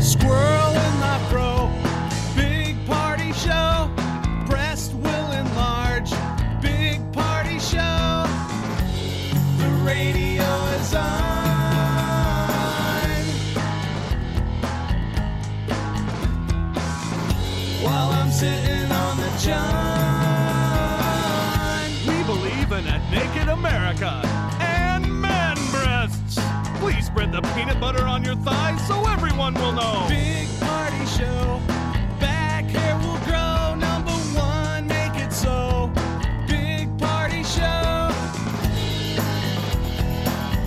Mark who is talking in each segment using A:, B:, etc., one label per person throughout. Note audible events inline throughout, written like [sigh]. A: Squirrel in the fro, big party show. Breast will enlarge, big party show. The radio is on. While I'm sitting on the john. We believe in a naked America and man breasts. Please spread the peanut butter on your thighs so everyone will know. Big party show. Back hair will grow. Number one, make it so. Big party show.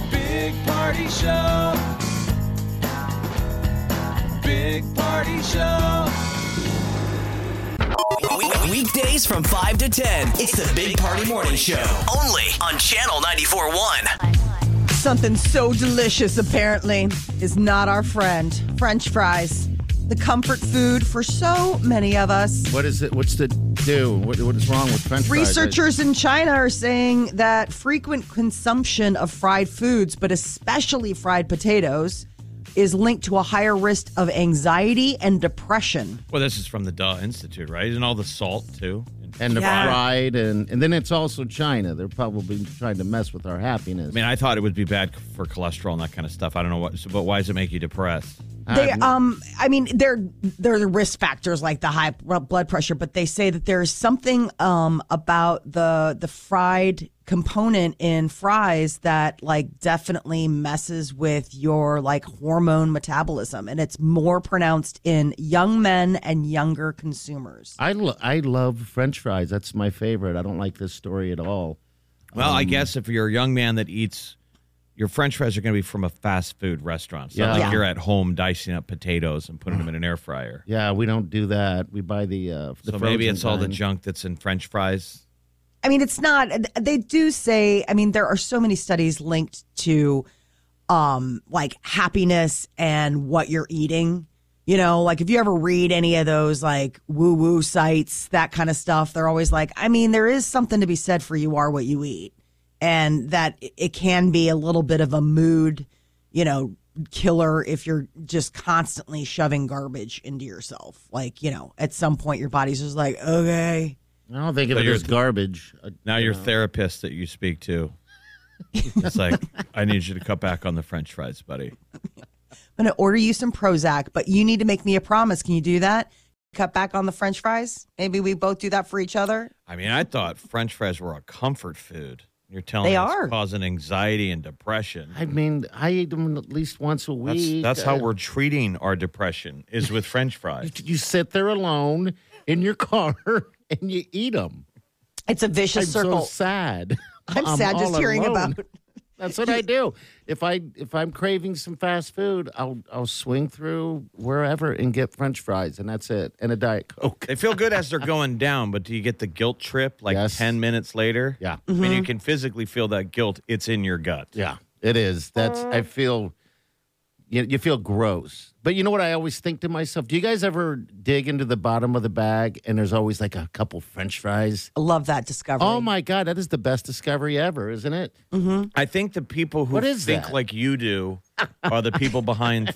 A: Big party show. Big party show.
B: Weekdays from 5 to 10. It's the Big Party Morning Show. Only on Channel 94.1.
C: Something so delicious, apparently, is not our friend. French fries, the comfort food for so many of us.
D: What is it? What's the do? What, what is wrong with French fries?
C: Researchers in China are saying that frequent consumption of fried foods, but especially fried potatoes, is linked to a higher risk of anxiety and depression.
E: Well, this is from the Duh Institute, right? Isn't all the salt too?
D: and the
C: Yeah.
D: fried, and and then it's also China. They're probably trying to mess with our happiness.
E: I mean, I thought it would be bad for cholesterol and that kind of stuff. I don't know what, so- but why does it make you depressed?
C: They, um, I mean, they're they're the risk factors like the high bl- blood pressure, but they say that there's something um about the the fried component in fries that like definitely messes with your like hormone metabolism, and it's more pronounced in young men and younger consumers.
D: I lo- I love French fries. That's my favorite. I don't like this story at all.
E: Well,
D: Um,
E: I guess if you're a young man that eats, your French fries are going to be from a fast food restaurant. So
D: Yeah.
E: like
C: Yeah.
E: you're at home dicing up potatoes and putting them in an air fryer.
D: Yeah, we don't do that. We buy the uh, the
E: so maybe
D: frozen
E: it's all the
D: kind.
E: junk that's in French fries.
C: I mean, it's not. They do say. I mean, there are so many studies linked to, um, like happiness and what you're eating. You know, like if you ever read any of those like woo woo sites, that kind of stuff, they're always like, I mean, there is something to be said for you are what you eat, and that it can be a little bit of a mood, you know, killer if you're just constantly shoving garbage into yourself. Like, you know, at some point your body's just like, okay,
D: I don't think of
E: So
D: it
E: you're
D: as
E: th-
D: garbage. Uh,
E: Now your therapist that you speak to, it's like I need you to cut back on the French fries, buddy.
C: I'm going to order you some Prozac, but you need to make me a promise. Can you do that? Cut back on the french fries? Maybe we both do that for each other.
E: I mean, I thought French fries were a comfort food. You're telling
C: They
E: me
C: are.
E: it's causing anxiety and depression.
D: I mean, I eat them at least once a
E: That's,
D: week.
E: that's how
D: Uh,
E: we're treating our depression is with French fries.
D: [laughs] You sit there alone in your [laughs] car and you eat them.
C: It's a vicious
D: I'm
C: circle.
D: so sad.
C: [laughs] I'm sad just
D: all
C: hearing
D: alone.
C: about-
D: That's what I do. If I if I'm craving some fast food, I'll I'll swing through wherever and get French fries, and that's it, and a diet coke.
E: They feel good as they're going down, but do you get the guilt trip like
D: Yes.
E: 10 minutes later?
D: Yeah.
E: I mean, you can physically feel that guilt. It's in your gut.
D: Mm-hmm. Yeah, it is. That's I feel. You, you feel gross, but you know what I always think to myself? Do you guys ever dig into the bottom of the bag and there's always like a couple French fries?
C: I love that discovery.
D: Oh my god, that is the best discovery ever, isn't it?
C: Mm.
E: I think the people who
D: What is
E: think
D: that?
E: like you do are the people behind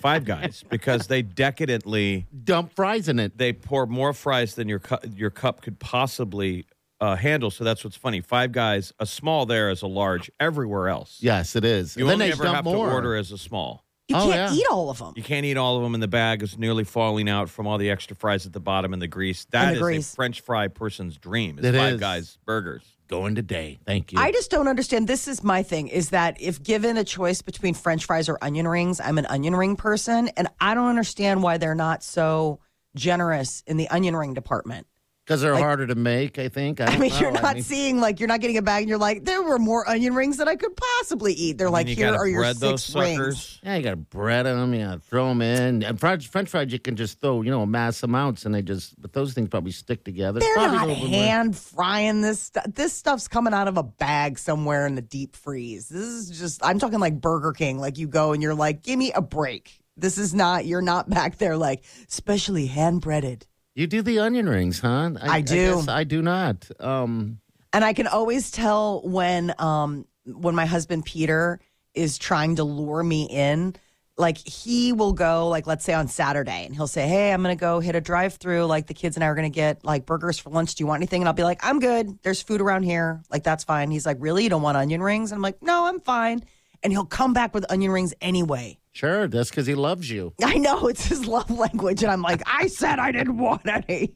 D: [laughs]
E: Five Guys because they decadently
D: Dump fries in it.
E: they pour more fries than your cup your cup could possibly uh, handle. So that's what's funny. Five Guys, a small there is a large everywhere else.
D: Yes, it is.
E: You
D: And
E: only
D: they
E: ever
D: dump
E: have
D: more.
E: to order as a small.
C: You
D: Oh,
C: can't
D: yeah.
C: eat all of them.
E: You can't eat all of them, and the bag is nearly falling out from all the extra fries at the bottom and the grease. That
C: the
E: is
C: grease.
E: a French fry person's dream. Is
D: It
E: Five
D: is.
E: Guys burgers.
D: going today. Thank you.
C: I just don't understand. This is my thing is that if given a choice between french fries or onion rings, I'm an onion ring person. And I don't understand why they're not so generous in the onion ring department. [laughs]
D: Because they're harder to make, I think.
C: I
D: I, don't
C: mean,
E: Oh,
D: know.
C: you're not
D: mean,
C: seeing like you're not getting a bag, and you're like, there were more onion rings than I could possibly eat. They're like,
E: and you
C: here
E: gotta
C: are your
E: bread
C: six
E: those suckers.
C: rings.
D: yeah, you got to bread them, you gotta throw them in. And French, French fries, you can just throw, you know, mass amounts, and they just, but those things probably stick together.
C: They're
D: Probably
C: not
D: a little bit more-
C: hand frying this stuff. This stuff's coming out of a bag somewhere in the deep freeze. This is just, I'm talking like Burger King. Like you go and you're like, give me a break. This is not, you're not back there like specially hand breaded.
D: You do the onion rings, huh?
C: I do.
D: I, guess I do not. Um,
C: And I can always tell when um when my husband Peter is trying to lure me in. Like he will go, like let's say on Saturday, and he'll say, "Hey, I'm gonna go hit a drive-through. Like the kids and I are gonna get like burgers for lunch. Do you want anything?" And I'll be like, "I'm good. There's food around here. Like that's fine." He's like, "Really? You don't want onion rings?" And I'm like, "No, I'm fine." And he'll come back with onion rings anyway. [laughs]
D: sure, that's because he loves you.
C: I know it's his love language, and I'm like, "I said I didn't want any."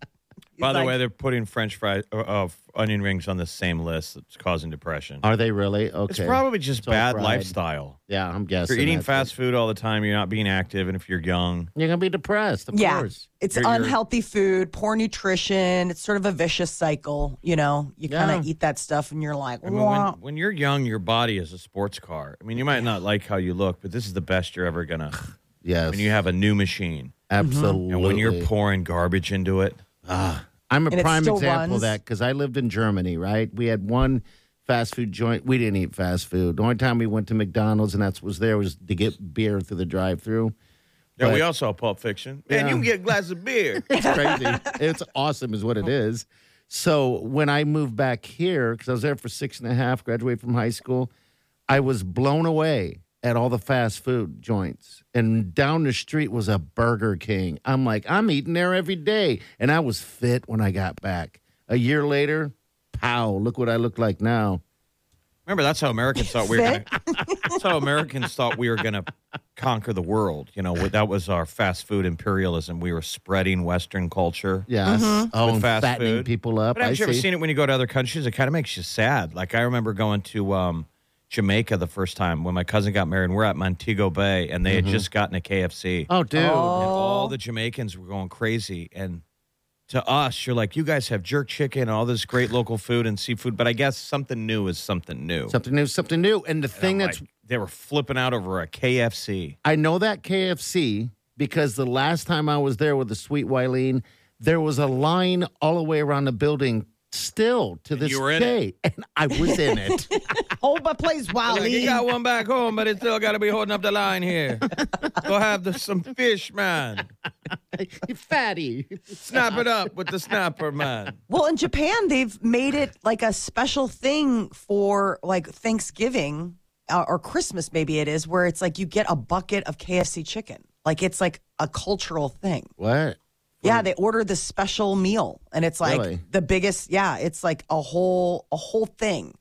E: By the
C: like-
E: way, they're putting French fries, uh, uh, onion rings on the same list. It's causing depression.
D: Are they really? Okay.
E: It's probably just
D: all
E: bad
D: fried.
E: lifestyle.
D: Yeah, I'm
E: If
D: guessing.
E: you're eating
D: that's
E: fast food all the time, you're not being active, and if you're young,
D: it. You're going to be depressed, of
C: yeah,
D: course.
C: it's
E: You're- you're-
C: unhealthy food, poor nutrition. It's sort of a vicious cycle. You know, you kind of
D: Yeah.
C: eat that stuff and you're like,
E: I mean, when,
C: "Wah."
E: when you're young, your body is a sports car. I mean, you might not like how you look, but this is the best you're ever gonna.
D: Yes.
E: When you have a new machine,
D: absolutely.
E: and when you're pouring garbage into it,
D: I'm a
C: And it
D: prime
C: still
D: example
C: runs.
D: of that because I lived in Germany, right? We had one fast food joint. We didn't eat fast food. The only time we went to McDonald's and that's was there was to get beer through the drive through.
E: yeah, we
D: But-
E: all saw Pulp Fiction. Man,
D: Yeah.
E: you can get a glass of beer.
D: It's crazy.
E: [laughs]
D: it's awesome, is what it is. So when I moved back here, because I was there for six and a half, graduated from high school, I was blown away at all the fast food joints. And down the street was a Burger King. I'm like, I'm eating there every day. And I was fit when I got back. A year later, pow, look what I look like now.
E: Remember, that's how Americans thought we were. Gonna, that's how Americans thought we were going to conquer the world. You know, that was our fast food imperialism. We were spreading Western culture.
D: Yes. Oh,
E: Mm-hmm. With
D: and
E: fast
D: fattening
E: food.
D: people up.
E: But
D: I
E: haven't you ever
D: see.
E: seen it when you go to other countries? It kind of makes you sad. Like I remember going to um, Jamaica the first time when my cousin got married. and We're at Montego Bay, and they had
D: Mm-hmm.
E: just gotten a KFC.
D: Oh, dude.
E: And all the Jamaicans were going crazy. And to us, you're like, you guys have jerk chicken and all this great local food and seafood. But I guess something new is something new.
D: Something new, something new. And the thing that's
E: Like, they were flipping out over a KFC.
D: I know that KFC because the last time I was there with the sweet Wileen, there was a line all the way around the building still to this
E: you were in
D: day. [laughs] And I was in it.
E: [laughs]
C: hold my place, Wally.
E: one back home, but it still got to be holding up the line here. Go have some fish, man.
D: Fatty.
E: Snap it up with the snapper, man.
C: Well, in Japan, they've made it like a special thing for like Thanksgiving uh, or Christmas, maybe it is, where it's like you get a bucket of KFC chicken. Like it's like a cultural thing.
D: What?
C: Yeah, they order the special meal, and it's like
D: Really?
C: the biggest. Yeah, it's like a whole a whole thing,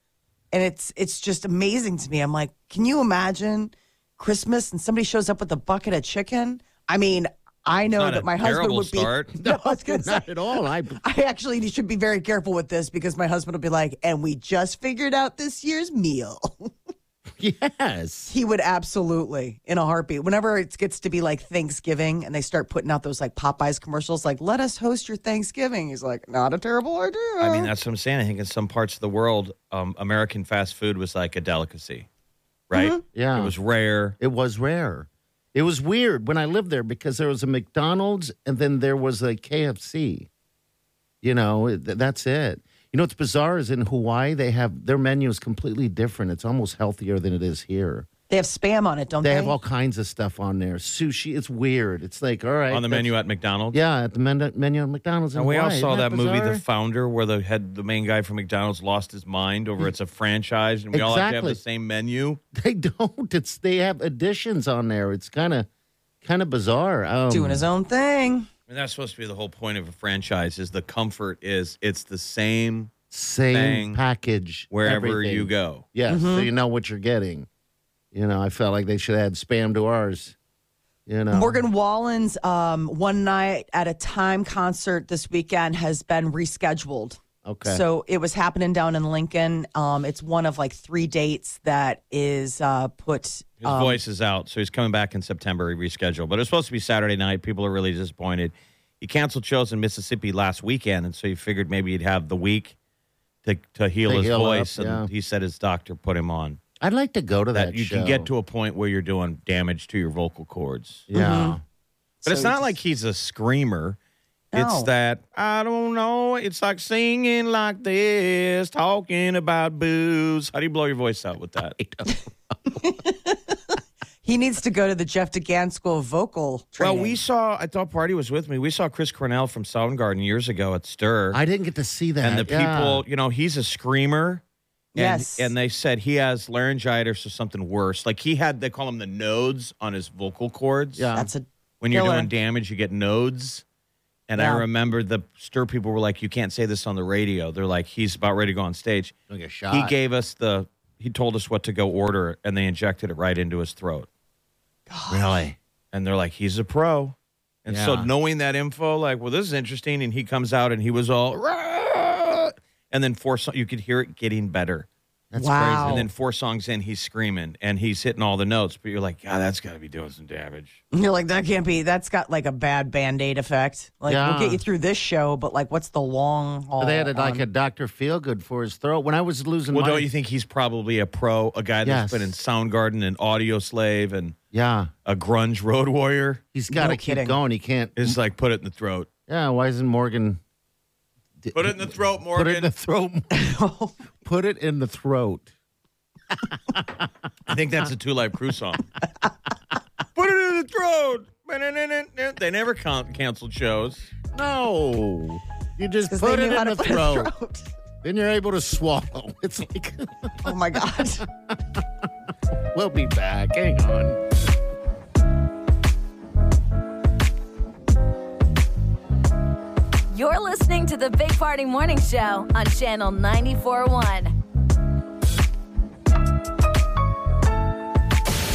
C: and it's it's just amazing to me. I'm like, can you imagine Christmas and somebody shows up with a bucket of chicken? I mean, I know
E: not
C: that
E: a
C: my husband
E: terrible
C: would be.
E: start.
C: [laughs] No, I was gonna say.
D: Not at all. I
C: I actually should be very careful with this because my husband will be like, and we just figured out this year's meal.
D: [laughs] yes.
C: He would absolutely in a heartbeat. Whenever it gets to be like Thanksgiving and they start putting out those like Popeyes commercials, like "Let us host your Thanksgiving," he's like, "Not a terrible idea."
E: I mean, that's what I'm saying. I think in some parts of the world, um, American fast food was like a delicacy, right?
D: Yeah.
E: It was rare.
D: It was rare. It was weird when I lived there because there was a McDonald's and then there was a KFC. You know, it- th- that's it. You know, what's bizarre is in Hawaii, they have their menu is completely different. It's almost healthier than it is here.
C: they have spam on it, don't they?
D: They have all kinds of stuff on there. Sushi. It's weird. It's like all right
E: On the
D: that's-
E: menu at McDonald's.
D: Yeah, at the men- menu at McDonald's. in
E: And we all
D: Hawaii.
E: saw
D: Isn't
E: that, movie, The
D: bizarre? [laughs]
E: Founder, where the head, the main guy from McDonald's lost his mind over it's a franchise, and we all have to have the
D: Exactly.
E: same menu.
D: they don't. It's they have additions on there. It's kind of kind of bizarre. Um,
C: doing his own thing.
E: And that's supposed to be the whole point of a franchise: is the comfort is it's the same
D: same
E: thing
D: package
E: wherever
D: everything.
E: you go.
D: Yes, so
C: Mm-hmm.
D: you know what you're getting. You know, I felt like they should add spam to ours. You
E: Oh.
D: know,
C: Morgan Wallen's um, "One Night at a Time" concert this weekend has been rescheduled.
D: Okay.
C: So it was happening down in Lincoln. Um, it's one of like three dates that is uh, put.
E: His
D: Um,
E: voice is out, so he's coming back in September. He rescheduled, but it was supposed to be Saturday night. People are really disappointed. He canceled shows in Mississippi last weekend, and so he figured maybe he'd have the week to to heal
D: To
E: his
D: heal up,
E: voice. and
D: yeah.
E: he said his doctor put him on.
D: I'd like to go to
E: That,
D: that,
E: you
D: show.
E: can get to a point where you're doing damage to your vocal cords.
D: Yeah.
C: Mm-hmm.
E: But it's not like he's a screamer. It's
C: No.
E: that I don't know. It's like singing like this, talking about booze. How do you blow your voice out
D: [laughs]
E: with that?
C: He needs to go to the Jeff DeGan School of Vocal training.
E: Well, we saw. I thought Party was with me. We saw Chris Cornell from Soundgarden years ago at Stir,
D: I didn't get to see that.
E: and the
D: Yeah.
E: people, you know, he's a screamer. And,
C: Yes.
E: and they said he has laryngitis or something worse. Like he had, they call him the nodes on his vocal cords.
D: Yeah.
C: That's a
E: When you're
C: killer.
E: doing damage, you get nodes. And
C: Yeah.
E: I remember the Stir people were like, "You can't say this on the radio." They're like, "He's about ready to go on stage."
D: Like a shot.
E: He gave us the. He told us what to go order, and they injected it right into his throat.
D: really.
E: and they're like, he's a pro. And so
D: Yeah.
E: knowing that info, like, well, this is interesting. And he comes out and he was all, "Rah!" and then four, so- you could hear it getting better.
D: That's
C: Wow.
E: And then four songs in, he's screaming and he's hitting all the notes. But you're like, God, that's got to be doing some damage.
C: You're like, that can't be. That's got like a bad band aid effect. Like,
D: Yeah.
C: we'll get you through this show, but like, what's the long haul?
D: crazy. They had a, like
C: [laughs] on-
D: a Dr. Feelgood for his throat. When I was losing
E: Well,
D: my.
E: don't you think he's probably a pro, a guy
D: Yes.
E: that's been in Soundgarden and Audio Slave and
D: yeah.
E: a grunge road [laughs] warrior?
D: He's got to
C: No
D: keep
C: kidding.
D: going. He can't.
E: Is like, put it in the throat.
D: Yeah. Why isn't Morgan.
E: Put it in the throat, Morgan.
D: Put it in the throat. [laughs] Put it in the throat.
E: I think that's a Two Life Crew [laughs] song. Put it in the throat. They never con- canceled shows.
D: No. You just
C: 'Cause
D: put
C: they
D: it
C: knew how
D: in
C: to
D: the
C: put a
D: throat.
C: throat. [laughs]
D: Then you're able to swallow. [laughs] It's like,
C: Oh my God.
D: we'll be back. Hang on.
F: You're listening to the Big Party Morning Show on Channel 94.1.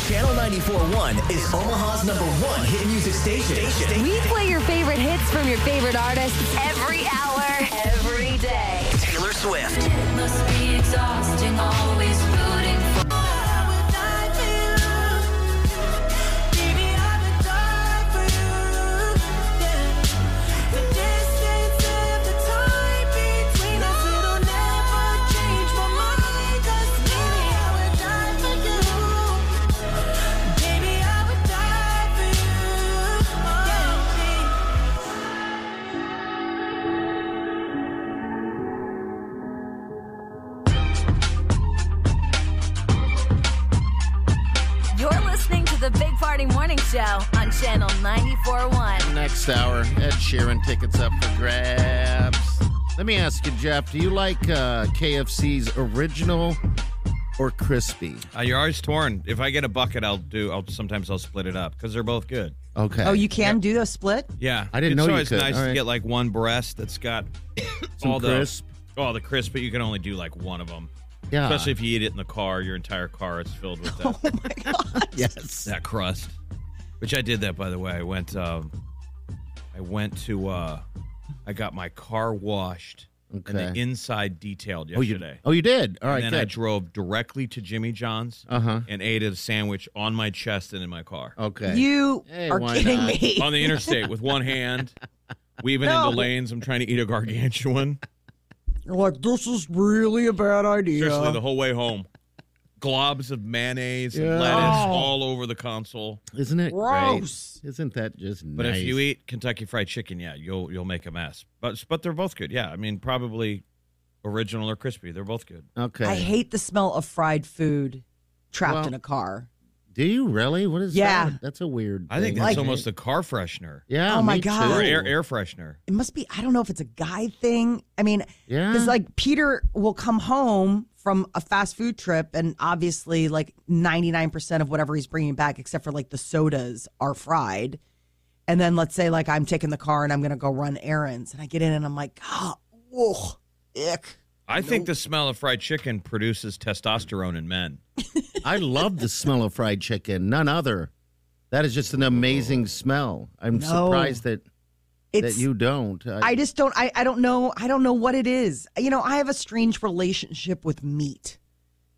B: Channel 94.1 is Omaha's number one hit music station.
F: We play your favorite hits from your favorite artists every hour, every day.
B: Taylor Swift.
F: Must be exhausting, always rooting for. You're listening to the Big Party Morning Show on Channel 94.1.
D: Next hour, Ed Sheeran tickets up for grabs. Let me ask you, Jeff, do you like uh, KFC's original or crispy?
E: Uh, you're always torn. If I get a bucket, I'll do. I'll sometimes I'll split it up because they're both good.
C: [laughs]
D: Okay.
C: Oh, you can do the split?
E: Yeah,
D: I didn't
E: it's
D: know you
E: always
D: could.
E: nice
D: All
E: to
D: right.
E: get like one breast that's got
D: [coughs] Some
E: all the
D: crisp. Ah.
E: all the crisp, but you can only do like one of them.
D: Yeah.
E: Especially if you eat it in the car, your entire car is filled with
D: [laughs]
E: that,
D: yes.
E: that crust. Which I did that by the way. I went. Um, I went to. Uh, I got my car washed and the
D: Okay.
E: inside detailed
D: Oh, you,
E: yesterday.
D: oh, you did? All right,
E: And then I
D: good.
E: drove directly to Jimmy John's
D: Uh-huh.
E: and ate a sandwich on my chest and in my car.
D: okay.
C: You
D: Hey,
C: are
D: why
C: kidding
D: not?
C: me.
E: On the interstate with one hand, weaving
C: No.
E: into lanes. I'm trying to eat a gargantuan.
C: You're like, this is really a bad idea.
E: Seriously, the whole way home. Globs of mayonnaise
D: Yeah.
E: and lettuce
D: Oh.
E: all over the console.
D: Isn't it
C: Gross.
D: Great? Isn't that just nice?
E: But if you eat Kentucky Fried Chicken, yeah, you'll you'll make a mess. But but they're both good. Yeah, I mean probably original or crispy. They're both good.
D: Okay.
C: I hate the smell of fried food trapped
D: Well,
C: in a car.
D: Do you really? What is
C: Yeah.
D: that? That's a weird.
E: I think
D: thing.
E: that's almost a car freshener
D: Yeah.
C: Oh, my
D: me
C: God.
E: or
D: too.
E: air, air freshener.
C: It must be, I don't know if it's a guy thing. I mean,
D: Yeah.
C: Because like Peter will come home from a fast food trip, and obviously, like ninety nine percent of whatever he's bringing back, except for like the sodas, are fried. And then let's say like I'm taking the car and I'm gonna go run errands, and I get in and I'm like, oh, ugh, ick.
E: I think the smell of fried chicken produces testosterone in men.
D: I love the smell of fried chicken. None other. That is just an amazing smell. I'm
C: No.
D: surprised that
C: It's
D: that you don't. I,
C: I just don't I, I don't know I don't know what it is. You know, I have a strange relationship with meat.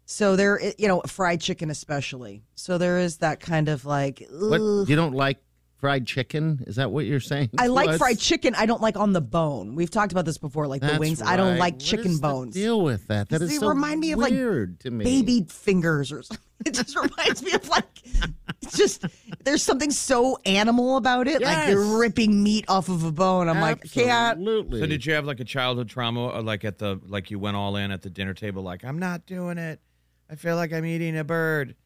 C: So there i- you know, fried chicken especially. So there is that kind of like
D: what,
C: ugh.
D: you don't like fried chicken? Is that what you're saying?
C: I
D: to
C: like
D: us?
C: fried chicken. I don't like on the bone. We've talked about this before, like the
D: That's
C: wings. I don't
D: right.
C: like
D: What
C: chicken
D: is the
C: bones.
D: deal with that. That is
C: they
D: so
C: remind me of, like,
D: weird to me.
C: baby fingers or something. [laughs] It just reminds me of like, it's just there's something so animal about it. Like
D: Yes.
C: you're ripping meat off of a bone. I'm like, can't.
D: Absolutely.
E: So did you have like a childhood trauma, or like at the like you went all in at the dinner table, like I'm not doing it. I feel like I'm eating a bird.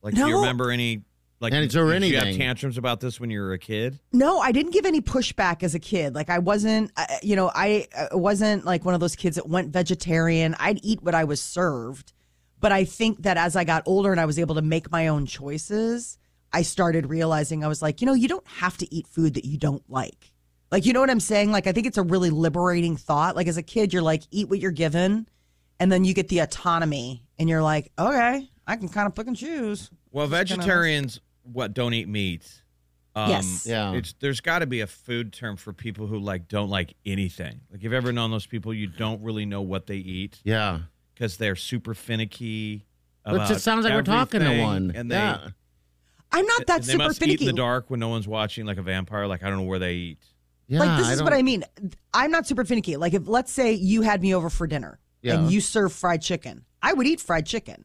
E: Like, do you
C: No.
E: remember any? Like,
D: And is there
E: did you have
D: anything?
E: tantrums about this when you were a kid?
C: No, I didn't give any pushback as a kid. Like I wasn't, I- you know, I I wasn't like one of those kids that went vegetarian. I'd eat what I was served, but I think that as I got older and I was able to make my own choices, I started realizing I was like, you know, you don't have to eat food that you don't like. Like, you know what I'm saying? Like, I think it's a really liberating thought. Like as a kid, you're like, eat what you're given, and then you get the autonomy, and you're like, okay, I can kind of pick and choose.
E: Well, vegetarians what don't eat meat. Um,
C: Yes.
D: Yeah.
E: It's, there's got to be a food term for people who like don't like anything. Like, you've ever known those people you don't really know what they eat
D: Yeah.
E: because they're super finicky.
D: Which it
E: about
D: sounds like we're talking to
E: everything,
D: one.
E: and they
D: Yeah.
C: I'm not that
E: and they
C: super
E: must
C: finicky.
E: eat in the dark when no one's watching, like a vampire. Like I don't know where they eat.
D: Yeah,
C: like this is what
D: don't-
C: I mean. I'm not super finicky. Like if let's say you had me over for dinner
D: Yeah.
C: and you serve fried chicken, I would eat fried chicken.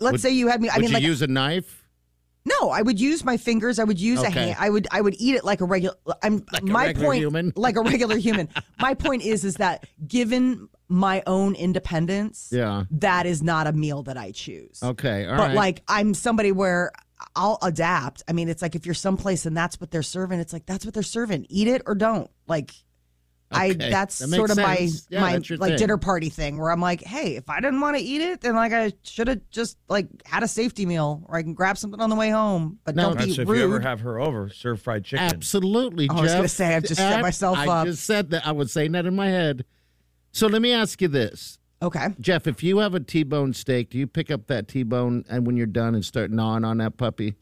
C: Let's say you had me. I
D: Would
C: mean,
D: you
C: like
D: use a knife?
C: no, I would use my fingers. I would use a
D: Okay.
C: hand. I would I would eat it like a regular. I'm my
D: regular
C: point
D: human.
C: [laughs] like a regular
D: [laughs]
C: human. my point is is that given my own independence,
D: Yeah.
C: that is not a meal that I choose.
D: Okay. all right.
C: But like I'm somebody where I'll adapt. I mean, it's like if you're someplace and that's what they're serving, it's like that's what they're serving. Eat it or don't. Like I
D: Okay,
C: that's
D: that makes
C: sort of my
D: sense. Yeah,
C: my
D: that's your
C: like
D: thing.
C: dinner party thing where I'm like, hey, if I didn't want to eat it, then like I should have just like had a safety meal or I can grab something on the way home. But
D: No,
C: don't
E: All right,
C: be
E: so if
C: rude.
E: you ever have her over, serve fried chicken.
D: Absolutely,
C: I
D: Jeff.
C: was gonna say, I've just set myself
D: I
C: up.
D: just said that. I was saying that in my head. So let me ask you this.
C: okay.
D: Jeff, if you have a T-bone steak, do you pick up that T-bone and when you're done and start gnawing on that puppy?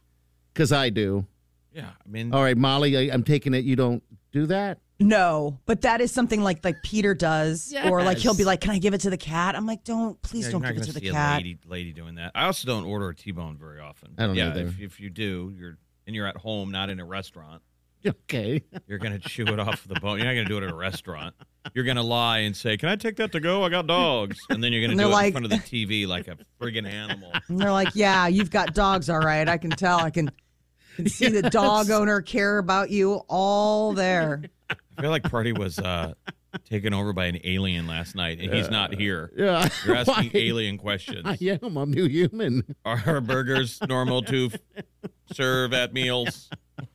D: Because I do.
E: Yeah, I
C: Oh,
E: mean,
D: All right, Molly, I, I'm taking it you don't do that. [laughs]
C: No, but that is something like like Peter does, or like he'll be like, "Can I give it to the cat?" I'm like, "Don't, please
E: yeah,
C: don't
E: you're not
C: give it
E: going
C: to
E: to
C: the
E: see a
C: cat."
E: lady, lady doing that. I also don't order a T-bone very often.
D: I don't
E: yeah,
D: either.
E: If, if you do, you're and you're at home, not in a restaurant.
D: Okay.
E: You're going to [laughs] chew it off the bone. You're not going to do it at a restaurant. You're going to lie and say, "Can I take that to go? I got dogs." And then you're going
C: And
E: to do
C: they're
E: it
C: like-
E: in front of the TV like a friggin' animal.
C: And they're like, "Yeah, you've got dogs, all right. I can tell. I can, can see the dog owner care about you all there."
E: I feel like Party was uh, taken over by an alien last night, and he's not here.
D: Yeah.
E: You're asking
D: Why?
E: alien questions.
D: [laughs] I am. I'm new human. [laughs]
E: Are burgers normal to f- serve at meals?
C: [laughs]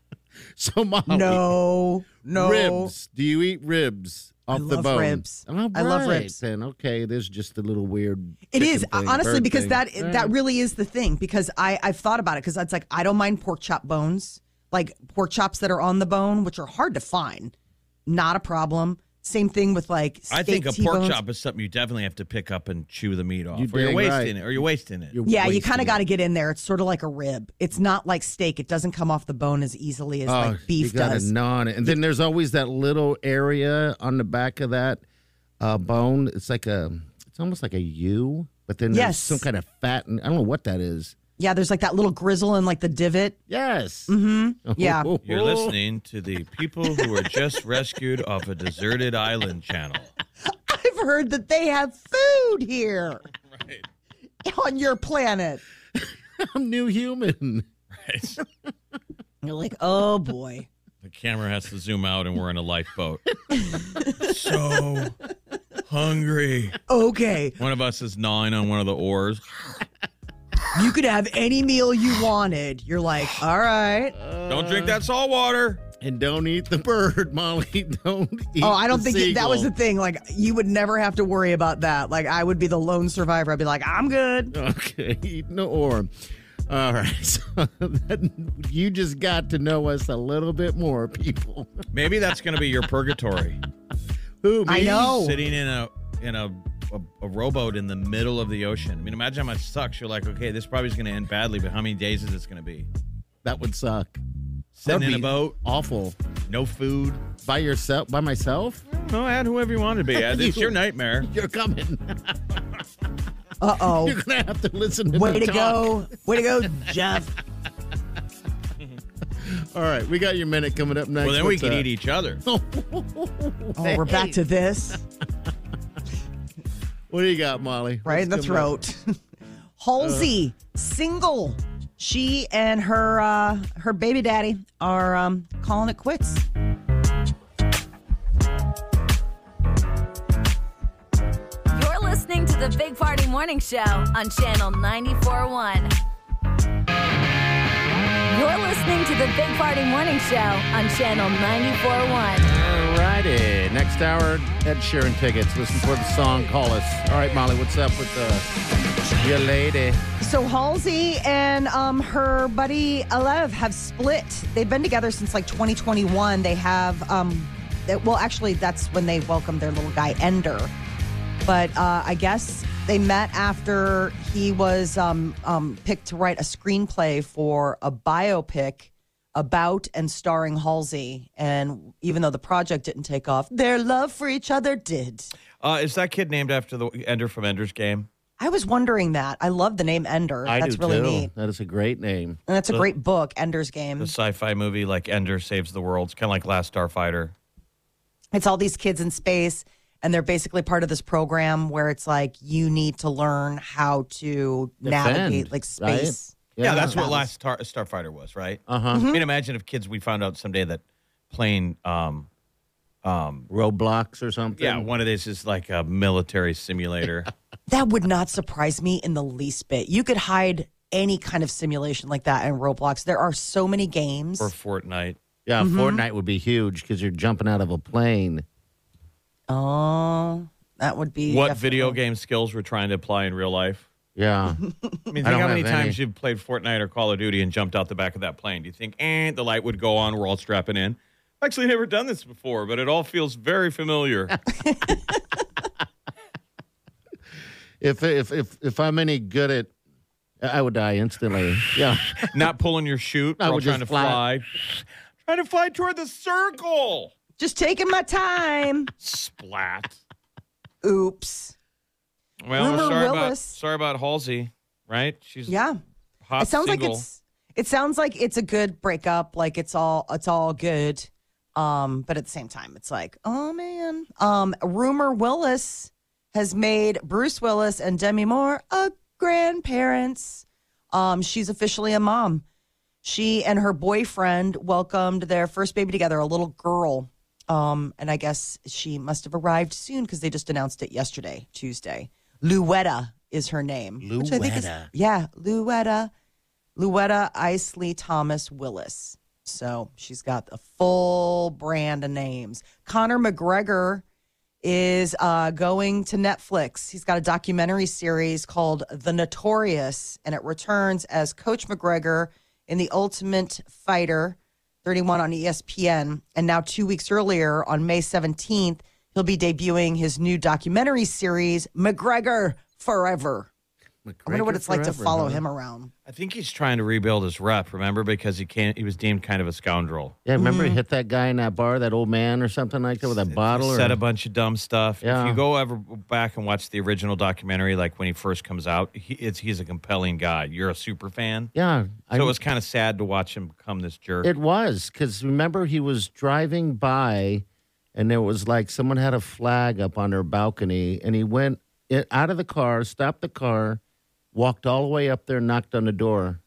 D: So Molly,
E: Oh,
C: No, no.
D: ribs. Do you eat ribs off the
C: love
D: bone?
C: ribs.
D: All
C: I love
D: right,
C: ribs.
D: Then okay, it is just a little weird.
C: It
D: chicken
C: is
D: thing,
C: honestly
D: bird
C: because
D: thing.
C: that
D: All
C: that
D: right.
C: really is the thing because I I've thought about it because it's like I don't mind pork chop bones like pork chops that are on the bone which are hard to find, not a problem. Same thing with like
E: I think a
C: steak
E: pork
C: T-bones.
E: chop is something you definitely have to pick up and chew the meat off,
D: You
E: or you're
D: dang
E: wasting
D: right.
E: it, or you're wasting it.
D: You're
C: Yeah, you
D: wasting
C: kind
D: it.
C: of got to get in there. It's sort of like a rib. It's not like steak. It doesn't come off the bone as easily as
D: Oh,
C: like beef
D: you gotta
C: does.
D: Gnaw on it. And then there's always that little area on the back of that uh, bone. It's like a, it's almost like a U, but then
C: Yes.
D: there's some kind of fat, and I don't know what that is.
C: Yeah, there's like that little grizzle and like the divot. [laughs]
D: Yes.
C: Mm-hmm.
D: Oh, [laughs]
C: Yeah.
E: You're listening to the people who were just rescued off a deserted island channel.
C: I've heard that they have food
D: [laughs]
C: here. On your planet.
D: I'm new human.
E: Right.
C: And you're like, oh boy.
E: The camera has to zoom out, and we're in a lifeboat. so hungry.
C: Okay.
E: One of us is gnawing on one of the oars.
C: You could have any meal you wanted. You're like, all right.
E: Don't drink that salt water.
D: And don't eat the bird, [laughs] Molly. Don't eat
C: Oh, I don't
D: the
C: think it, that was the
D: seagull.
C: thing. Like, you would never have to worry about that. Like, I would be the lone survivor. I'd be like, I'm
D: [laughs]
C: good.
D: Okay, eating the orb. All right. [laughs] So that, you just got to know us a little bit more, people. [laughs]
E: Maybe that's going to be your purgatory.
D: Who,
C: I
D: me?
C: know.
E: Sitting in a in a, a a rowboat in the middle of the ocean. I mean, imagine how much sucks. You're like, okay, this probably is going to end badly, but how many days is this going to be?
D: That would suck.
E: Sitting
D: That'd
E: in a
D: be
E: boat.
D: Awful.
E: No food.
D: by yourself, by myself.
E: No, add whoever you want to be. Add. It's your nightmare.
D: You're coming. [laughs]
C: Uh
D: You're
C: oh.
D: gonna have to listen. To
C: Way
D: me
C: to
D: talk.
C: go. Way to go, Jeff.
D: [laughs] All right, we got your minute coming up next.
E: Well, then we can eat each other.
C: Oh, we're back to this.
D: What do you got, Molly?
C: Right in the
D: What's coming up?
C: throat. [laughs] Halsey, single. She and her uh, her baby daddy are um, calling it quits.
F: You're listening to the Big Party Morning Show on Channel 941. You're listening to the Big Party Morning Show on Channel 941.
D: All righty. Next hour, Ed Sheeran tickets. Listen for the song. Call us. All right, Molly, what's up with uh, your lady?
C: So Halsey and um, her buddy Alev have split. They've been together since like 2021. They have, um, that- well, actually, that's when they welcomed their little guy Ender. But uh, I guess they met after he was um, um, picked to write a screenplay for a biopic about and starring Halsey. And even though the project didn't take off, their love for each other did.
E: Uh, is that kid named after the Ender from Ender's Game?
C: I was wondering that. I love the name Ender.
D: I
C: that's
D: do
C: really
D: too.
C: neat.
D: That is a great name.
C: And that's a great book, Ender's Game.
E: The sci-fi movie like Ender saves the world. It's kind of like Last Starfighter.
C: it's all these kids in space and they're basically part of this program where it's like you need to learn how to navigate
D: Defend,
C: like
D: right?
C: space
E: Yeah, that's what Last Star- Starfighter was, right?
D: Uh huh.
E: I mean, imagine if kids we found out someday that playing, um, um,
D: Roblox or something.
E: yeah, one of these is like a military simulator.
C: that would not surprise me in the least bit you could hide any kind of simulation like that in roblox there are so many games
E: or Fortnite.
D: Yeah,
C: Mm-hmm.
D: Fortnite would be huge because you're jumping out of a plane.
C: oh that would be
E: What
C: definitely-
E: video game skills we're trying to apply in real life? [laughs]
D: Yeah.
E: I mean,
D: I
E: think
D: don't
E: how many
D: have
E: times
D: any.
E: you've played Fortnite or Call of Duty and jumped out the back of that plane. Do you think, eh, the light would go on, we're all strapping in? I've actually never done this before, but it all feels
C: [laughs]
E: very familiar.
D: if if if if I'm any good at, I would die instantly. Yeah.
E: Not pulling your chute,
D: I
E: we're all
D: would
E: trying
D: just
E: to
D: fly.
E: fly. trying to fly toward the circle.
C: just taking my time
E: Splat.
C: oops
E: Well, we're
C: Rumor
E: sorry about
C: Willis.
E: sorry about Halsey, right? She's
C: yeah
E: hot
C: it sounds
E: single.
C: like it's it sounds like it's a good breakup like it's all it's all good um but at the same time it's like oh man um rumor willis has made bruce willis and demi moore a grandparents um she's officially a mom she and her boyfriend welcomed their first baby together a little girl um and i guess she must have arrived soon because they just announced it yesterday tuesday luetta is her name which i think is
D: Luetta.
C: yeah luetta Luetta Isley Thomas Willis. So she's got a full brand of names. Conor McGregor is uh, going to Netflix. He's got a documentary series called The Notorious, and it returns as Coach McGregor in The Ultimate Fighter 31 on E ESPN. And now, two weeks earlier, on May 17th, he'll be debuting his new documentary series, McGregor Forever. [laughs] I wonder what it's like to follow him around.
E: I think he's trying to rebuild his rep, remember? Because he can't he was deemed kind of a scoundrel.
D: Yeah, remember
C: Mm.
D: he hit that guy in that bar, that old man or something like that with a bottle or
E: said a bunch of dumb stuff.
D: Yeah.
E: If you go ever back and watch the original documentary, like when he first comes out, he, it's he's a compelling guy. You're a super fan.
D: Yeah. I,
E: So it was kind of sad to watch him become this jerk.
D: It was because remember he was driving by, and there was like someone had a flag up on their balcony, and he went i out of the car, stopped the car, walked all the way up there, knocked on the door,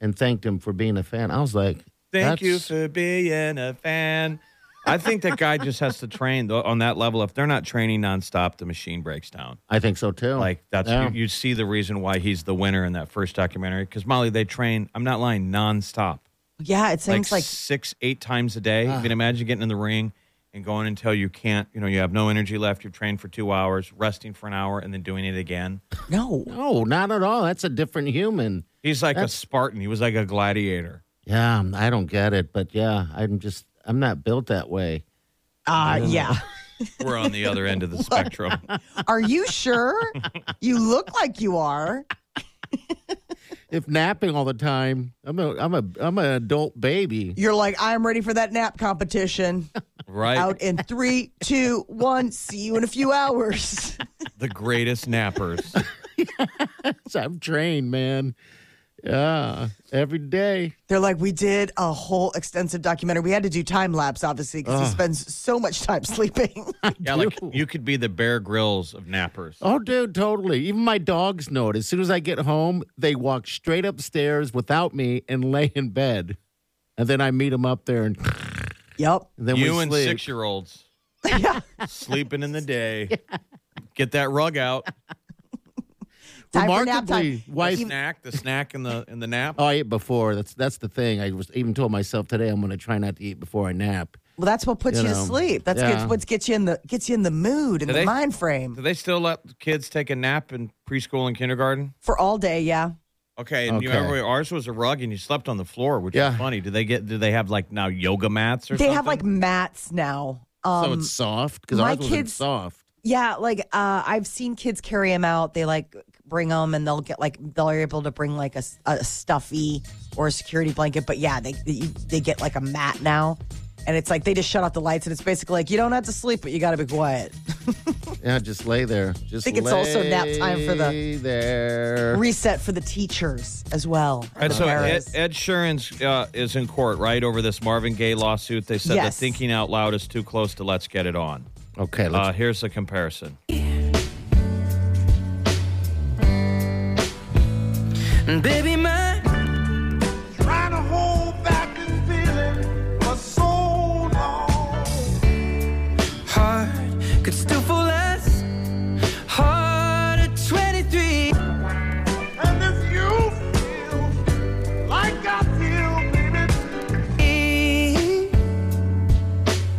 D: and thanked him for being a fan. I was like,
E: Thank you
D: that's-
E: for being a fan. I think that guy just has to train though, on that level. If they're not training nonstop, the machine breaks down.
D: I think so too.
E: Like that's
D: Oh, Yeah.
E: you, you see the reason why he's the winner in that first documentary because Molly they train. I'm not lying, nonstop,
C: Yeah, it seems
E: like,
C: like
E: six eight times a day.
D: Ah.
E: you can imagine getting in the ring and going until you can't. You know you have no energy left. You've trained for two hours, resting for an hour, and then doing it again.
C: No.
D: no, not at all. That's a different human.
E: He's like a Spartan. He was like a gladiator.
D: Yeah, I don't get it, but yeah, I'm just I'm not built that way.
C: Uh, yeah.
E: We're on the other
D: [laughs]
E: end of the spectrum.
C: Are you sure? you look like you are.
D: if napping all the time, I'm a I'm a I'm an adult baby.
C: You're like, I'm ready for that nap competition.
E: Right.
C: Out in three, two, one. See you in a few hours.
E: The
D: [laughs]
E: greatest nappers.
D: So I'm trained, man. Yeah, every day.
C: They're like, we did a whole extensive documentary. We had to do time lapse, obviously, because he spends so much time [laughs] sleeping.
E: Yeah, like you could be the Bear Grylls of nappers.
D: Oh, dude, totally. Even my dogs know it. As soon as I get home, they walk straight upstairs without me and lay in bed, and then I meet them up there, [laughs] and
C: yep.
D: then
E: you
D: we
E: and
D: sleep.
E: six year olds
D: [laughs]
E: sleeping in the day. Get that rug out.
C: Time for nap time.
D: Remarkably, wife.
E: Snack, the snack in the in the nap.
D: Oh, I ate before. That's that's the thing. I was even told myself today I'm going to try not to eat before I nap.
C: Well, that's what puts you,
D: You
C: to
D: know,
C: sleep. That's
D: yeah.
C: gets- what gets you in the gets you in the mood and
E: Do
C: the
E: they-
C: mind frame
E: Do they still let kids take a nap in preschool and kindergarten?
C: for all day. Yeah.
E: Okay, and you
D: Okay.
E: remember ours was a rug and you slept on the floor, which
D: Yeah.
E: is funny. Do they get? Do they have like now yoga mats or
C: They
E: something?
C: have like mats now.
D: So
C: Um,
D: it's soft because
C: my
D: ours wasn't
C: kids-
D: soft.
C: yeah, like uh, I've seen kids carry them out. They like bring them and they'll get like they're able to bring like a, s- a stuffy or a security blanket. But yeah, they, they they get like a mat now, and it's like they just shut off the lights and it's basically like you don't have to sleep, but you got to be quiet.
D: Yeah, just lay there. Just
C: think it's also nap time for the-
D: lay there.
C: Reset for the teachers as well.
E: And
C: the
E: so Ed,
C: parents.
E: Ed Sheeran's uh, is in court, right, over this Marvin Gaye lawsuit. They said that
C: Yes.
E: thinking out loud is too close to "Let's Get It On."
D: Okay, let's
E: Uh, here's the comparison.
B: Baby, my
A: Trying to hold back this feeling for so long.
B: heart could still fall less hard at 23.
A: And if you feel like I feel, baby,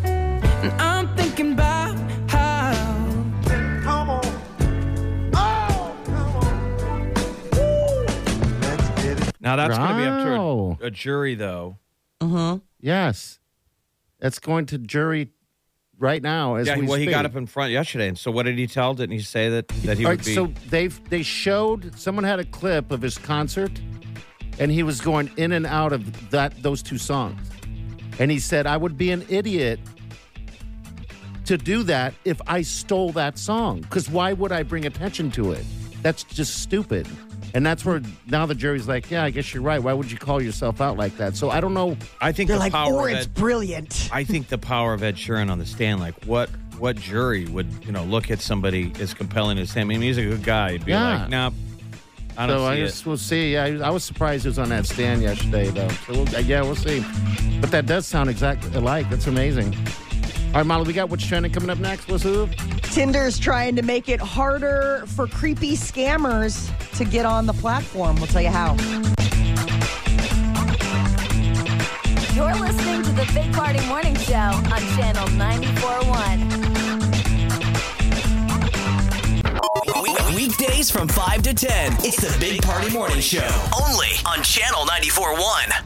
B: And I'm thinking about how
A: then come on. Oh, come on. Woo. Let's get it.
E: Now that's going to be
D: Wow.
E: up to a, a jury, though.
D: Yes. That's going to jury right now as
E: yeah,
D: we
E: well, he
D: speak.
E: got up in front yesterday, and so what did he tell? Didn't he say that that he
D: All
E: would
D: right,
E: be?
D: so they've they showed someone had a clip of his concert and he was going in and out of that those two songs. And he said, I would be an idiot to do that if I stole that song. Because why would I bring attention to it? That's just stupid. And that's where now the jury's like, yeah, I guess you're right. Why would you call yourself out like that? So I don't know.
E: I think
C: they're
E: the
C: like,
E: power
C: or
E: of
C: it's
E: Ed-
C: brilliant.
E: I think the power of Ed Sheeran on the stand, like what what jury would you know look at somebody as compelling as him? I mean, he's a good guy. He'd be
D: Yeah.
E: like, nah, I don't
D: So I
E: see
D: guess we'll see. I, I was surprised it was on that stand yesterday, though. So we'll, uh, yeah, we'll see. But that does sound exactly alike. That's amazing. All right, Molly, we got what's trending coming up next. What's up?
C: Tinder's trying to make it harder for creepy scammers to get on the platform. We'll tell you how.
F: You're listening to the Big Party Morning Show on Channel 94.1.
B: We- Weekdays from 5 to 10. It's the Big Party Morning Show. Only on Channel 94.1.